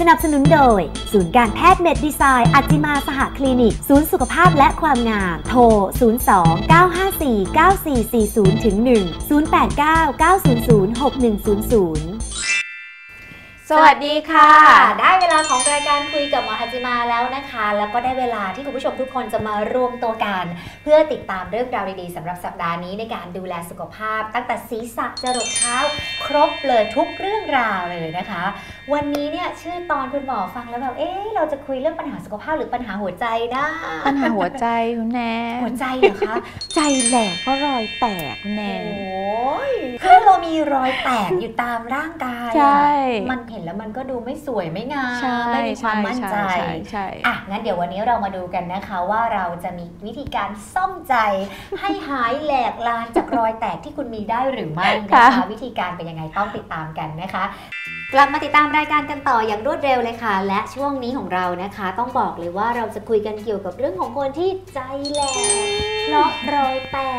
สนับสนุนโดย ศูนย์การแพทย์เมดดีไซน์อัจจิมาสหคลินิก ศูนย์สุขภาพและความงาม โทร 02 954 9440ถึง1 089 900 6100 สวัสดีค่ะ ได้เวลาของรายการคุยกับหมอฮาจิมาแล้วนะคะ แล้วก็ได้เวลาที่คุณผู้ชมทุกคนจะมารวมตัวกัน เพื่อติดตามเรื่องราวดีๆสำหรับสัปดาห์นี้ในการดูแลสุขภาพ ตั้งแต่ศีรษะจรดเท้า ครบเลยทุกเรื่องราวเลยนะคะ วันนี้เนี่ยชื่อตอนคุณหมอฟังแล้วแบบเอ๊ะเราจะคุยเรื่องปัญหาสุขภาพหรือปัญหาหัวใจนะ ปัญหาหัวใจคุณแนน หัวใจเหรอคะ ใจแหลกเพราะรอยแตกคุณแน โอน้ยคือเรามีรอยแตกอยู่ตามร่างกายอะ ใช่ มันเห็นแล้วมันก็ดูไม่สวยไม่งาม ใช่ ไม่มีความ ใช่ มั่นใจ ใช่ใช่ใช่ อ่ะ งั้นเดี๋ยววันนี้เรามาดูกันนะคะว่าเราจะมีวิธีการซ่อมใจ ให้หายแหลกลานจากรอยแตกที่คุณมีได้หรือไม่นะคะ ค่ะ วิธีการเป็นยังไงต้องติดตามกันนะคะ กลับมาติดตามรายการกันต่ออย่างรวดเร็วเลยค่ะ และช่วงนี้ของเรานะคะ ต้องบอกเลยว่าเราจะคุยกันเกี่ยวกับเรื่องของคนที่ใจแหลกเพราะรอยแตก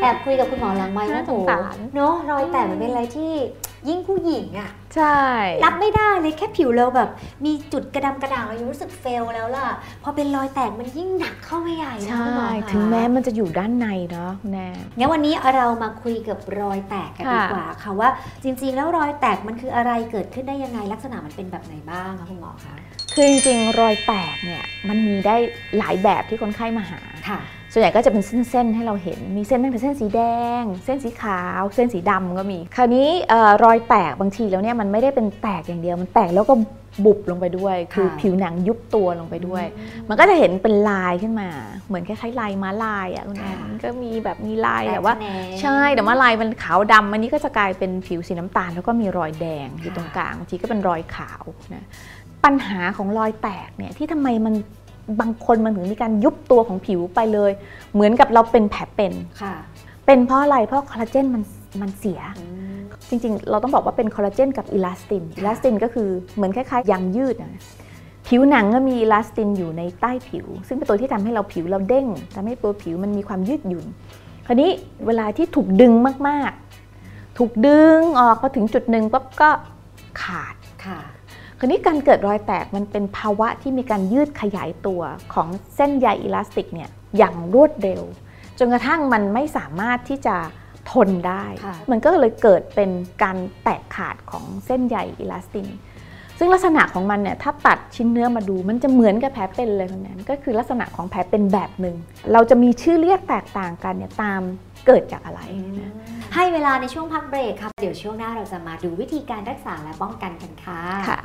แอบคุยกับคุณหมอหลังไมค์ว่า น่าส โอ้ ง โห สาร เนอะรอยแตกมันเป็นอะไรที่ยิ่งผู้หญิงอะ ใช่ รับไม่ได้เลยแค่ผิวเราแบบ มีจุดกระดำกระด่างเรายังรู้สึกเฟลแล้วล่ะ พอเป็นรอยแตกมันยิ่งหนักเข้าไปใหญ่นะ ใช่ คุณหอคะ ถึงแม้มันจะอยู่ด้านในเนาะคุณแนน งั้นวันนี้เรามาคุยกับรอยแตกกันดี ค่ะ กว่าค่ะว่า จริงๆ แล้วรอยแตกมันคืออะไรเกิดขึ้นได้ยังไงลักษณะมันเป็นแบบไหนบ้างคะคุณหมอคะ คือจริงๆ รอยแตกเนี่ยมันมีได้หลายแบบที่คนไข้มาหา ค่ะ ส่วนใหญ่ก็จะเป็นเส้นๆ ให้เราเห็น มีเส้นตั้งแต่เส้นสีแดง เส้นสีขาว เส้นสีดำก็มี คราวนี้เออรอยแตกบางทีแล้วเนี่ยมันไม่ได้เป็นแตกอย่างเดียว มันแตกแล้วก็บุบลงไปด้วย คือผิวหนังยุบตัวลงไปด้วย มันก็จะเห็นเป็นลายขึ้นมา เหมือนคล้ายๆลายม้าลายอ่ะคุณแอนมันก็มีแบบมีลายแต่ว่า ขนง ใช่แต่ว่าลายมันขาวดำอันนี้ก็จะกลายเป็นผิวสีน้ำตาล แล้วก็มีรอยแดงอยู่ ค่ะ ตรงกลางบางทีก็เป็นรอยขาวนะปัญหาของรอยแตกเนี่ยที่ทำไมมันบางคนมันถึงมีการยุบตัวของผิวไปเลย เหมือนกับเราเป็นแผลเป็น ค่ะ เป็นเพราะอะไรเพราะคอลลาเจนมันมันเสีย อืม จริงๆ เราต้องบอกว่าเป็นคอลลาเจนกับอิลาสติน อิลาสตินก็คือเหมือนคล้ายๆยางยืดนะผิวหนังก็มีอิลาสตินอยู่ในใต้ผิว ซึ่งเป็นตัวที่ทำให้เราผิวเราเด้งทำให้ตัวผิวมันมีความยืดหยุ่น คราวนี้เวลาที่ถูกดึงมากๆ ถูกดึงออกพอถึงจุดหนึ่งปั๊บก็ขาด ค่ะ คราวนี้การเกิดรอยแตกมันเป็นภาวะที่มีการยืดขยายตัวของเส้นใยอิลาสติกเนี่ยอย่างรวดเร็ว จนกระทั่งมันไม่สามารถที่จะทนได้ ค่ะ มันก็เลยเกิดเป็นการแตกขาดของเส้นใยอิลาสติน ซึ่งลักษณะของมันเนี่ยถ้าตัดชิ้นเนื้อมาดูมันจะเหมือนกับแผลเป็นเลยคนนั้นก็คือลักษณะของแผลเป็นแบบหนึ่งเราจะมีชื่อเรียกแตกต่างกันเนี่ยตามเกิดจากอะไรนะ ให้เวลาในช่วงพักเบรกค่ะเดี๋ยวช่วงหน้าเราจะมาดูวิธีการรักษาและป้องกันกันค่ะ ค่ะ